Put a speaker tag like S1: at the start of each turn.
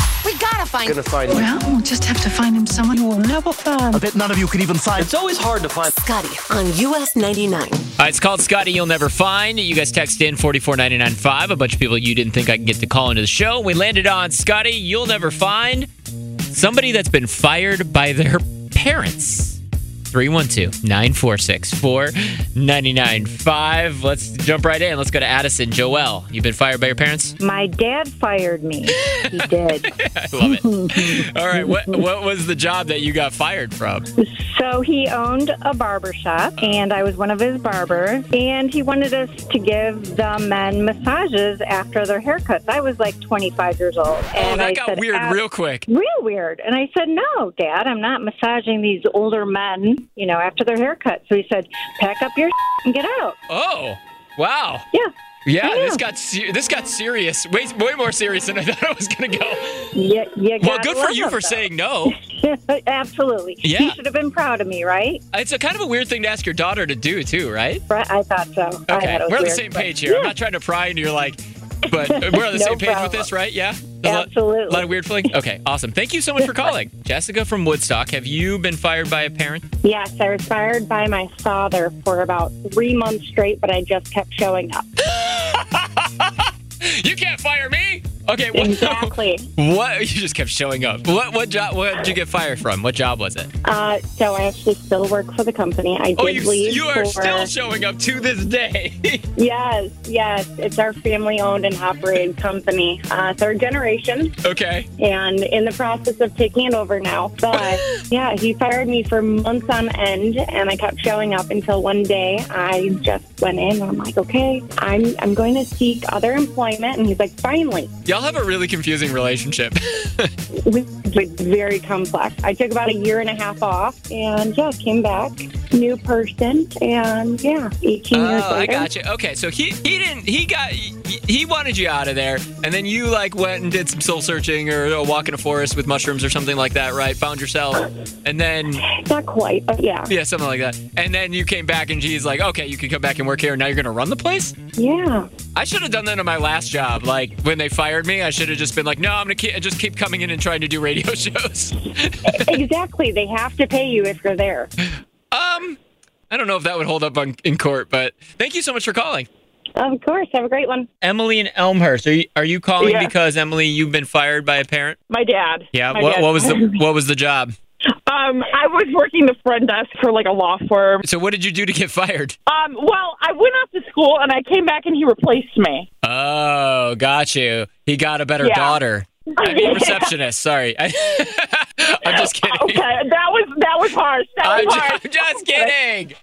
S1: to find.
S2: Gonna find.
S3: Well, we'll just have to find him someone who will uh, never
S4: I
S3: find.
S4: bet none of you can even sign.
S2: It's always hard to find.
S1: Scotty on US 99.
S5: Uh, it's called Scotty You'll Never Find. You guys text in 44995. A bunch of people you didn't think I could get to call into the show. We landed on Scotty You'll Never Find. Somebody that's been fired by their parents. 312 946 4995. Let's jump right in. Let's go to Addison. Joel, you've been fired by your parents?
S6: My dad fired me. He did.
S5: I love it. All right. What, what was the job that you got fired from?
S6: So he owned a barber shop, and I was one of his barbers. And he wanted us to give the men massages after their haircuts. I was like 25 years old.
S5: Oh,
S6: and I
S5: that got
S6: said,
S5: weird
S6: "Ab-
S5: real quick.
S6: Real weird. And I said, No, Dad, I'm not massaging these older men, you know, after their haircut. So he said, Pack up your and get out.
S5: Oh, wow.
S6: Yeah.
S5: Yeah,
S6: Yeah.
S5: this got ser- this got serious. Way way more serious than I thought it was gonna go.
S6: Yeah, yeah.
S5: Well, good for you for saying no.
S6: Absolutely.
S5: Yeah.
S6: He should have been proud of me, right?
S5: It's a kind of a weird thing to ask your daughter to do too, right?
S6: Right, I thought so. I
S5: Okay,
S6: thought it was
S5: we're on the
S6: weird,
S5: same
S6: but-
S5: page here. I'm not trying to pry into your like, but we're on the
S6: No
S5: same page with
S6: problem.
S5: this, right? Yeah. There's a lot-
S6: Absolutely.
S5: A lot of weird feeling. Okay, awesome. Thank you so much for calling, Jessica from Woodstock. Have you been fired by a parent?
S6: Yes, I was fired by my father for about three months straight, but I just kept showing up.
S5: You can't fire me. Okay. What,
S6: Exactly.
S5: What? You just kept showing up. What? What job? What did you get fired from? What job was it?
S6: Uh, so I actually still work for the company. I did
S5: Oh, you
S6: leave.
S5: you are
S6: for,
S5: still showing up to this day.
S6: Yes, yes. It's our family owned and operated company, uh, third generation,
S5: okay.
S6: and in the process of taking it over now. But yeah, he fired me for months on end, and I kept showing up until one day I just went in and I'm like, okay, I'm, I'm going to seek other employment. And he's like, finally.
S5: Y'all have a really confusing relationship. Oh,
S6: which was very complex. I took about a year and a half off, and yeah, came back, new person, and yeah, 18 years
S5: oh,
S6: later.
S5: I got you. Okay, so he he didn't he got he, he wanted you out of there, and then you like went and did some soul searching or a walk in a forest with mushrooms or something like that, right? Found yourself, and then
S6: Not quite, but yeah,
S5: yeah, something like that, and then you came back, and she's like, okay, you can come back and work here. and Now you're gonna run the place.
S6: yeah,
S5: I should have done that in my last job. Like when they fired me, I should have just been like, no, I'm gonna keep, just keep coming in and trying to do radio shows.
S6: exactly. They have to pay you if you're there.
S5: um, I don't know if that would hold up on, in court, but thank you so much for calling.
S6: Of course. Have a great one.
S5: Emily and Elmhurst, are you, are you calling
S7: Yeah.
S5: because Emily, you've been fired by a parent?
S7: My dad.
S5: Yeah.
S7: My
S5: What,
S7: dad.
S5: what was the what was the job?
S7: Um, I was working the front desk for like a law firm.
S5: So what did you do to get fired?
S7: Um, well, I went off to school and I came back and he replaced me.
S5: Oh, got you. He got a better
S7: Uh, Yeah.
S5: daughter. I mean, receptionist. Sorry, I, am just kidding.
S7: Okay, that was that was harsh. That
S5: I'm
S7: was
S5: ju-
S7: harsh.
S5: I'm just kidding.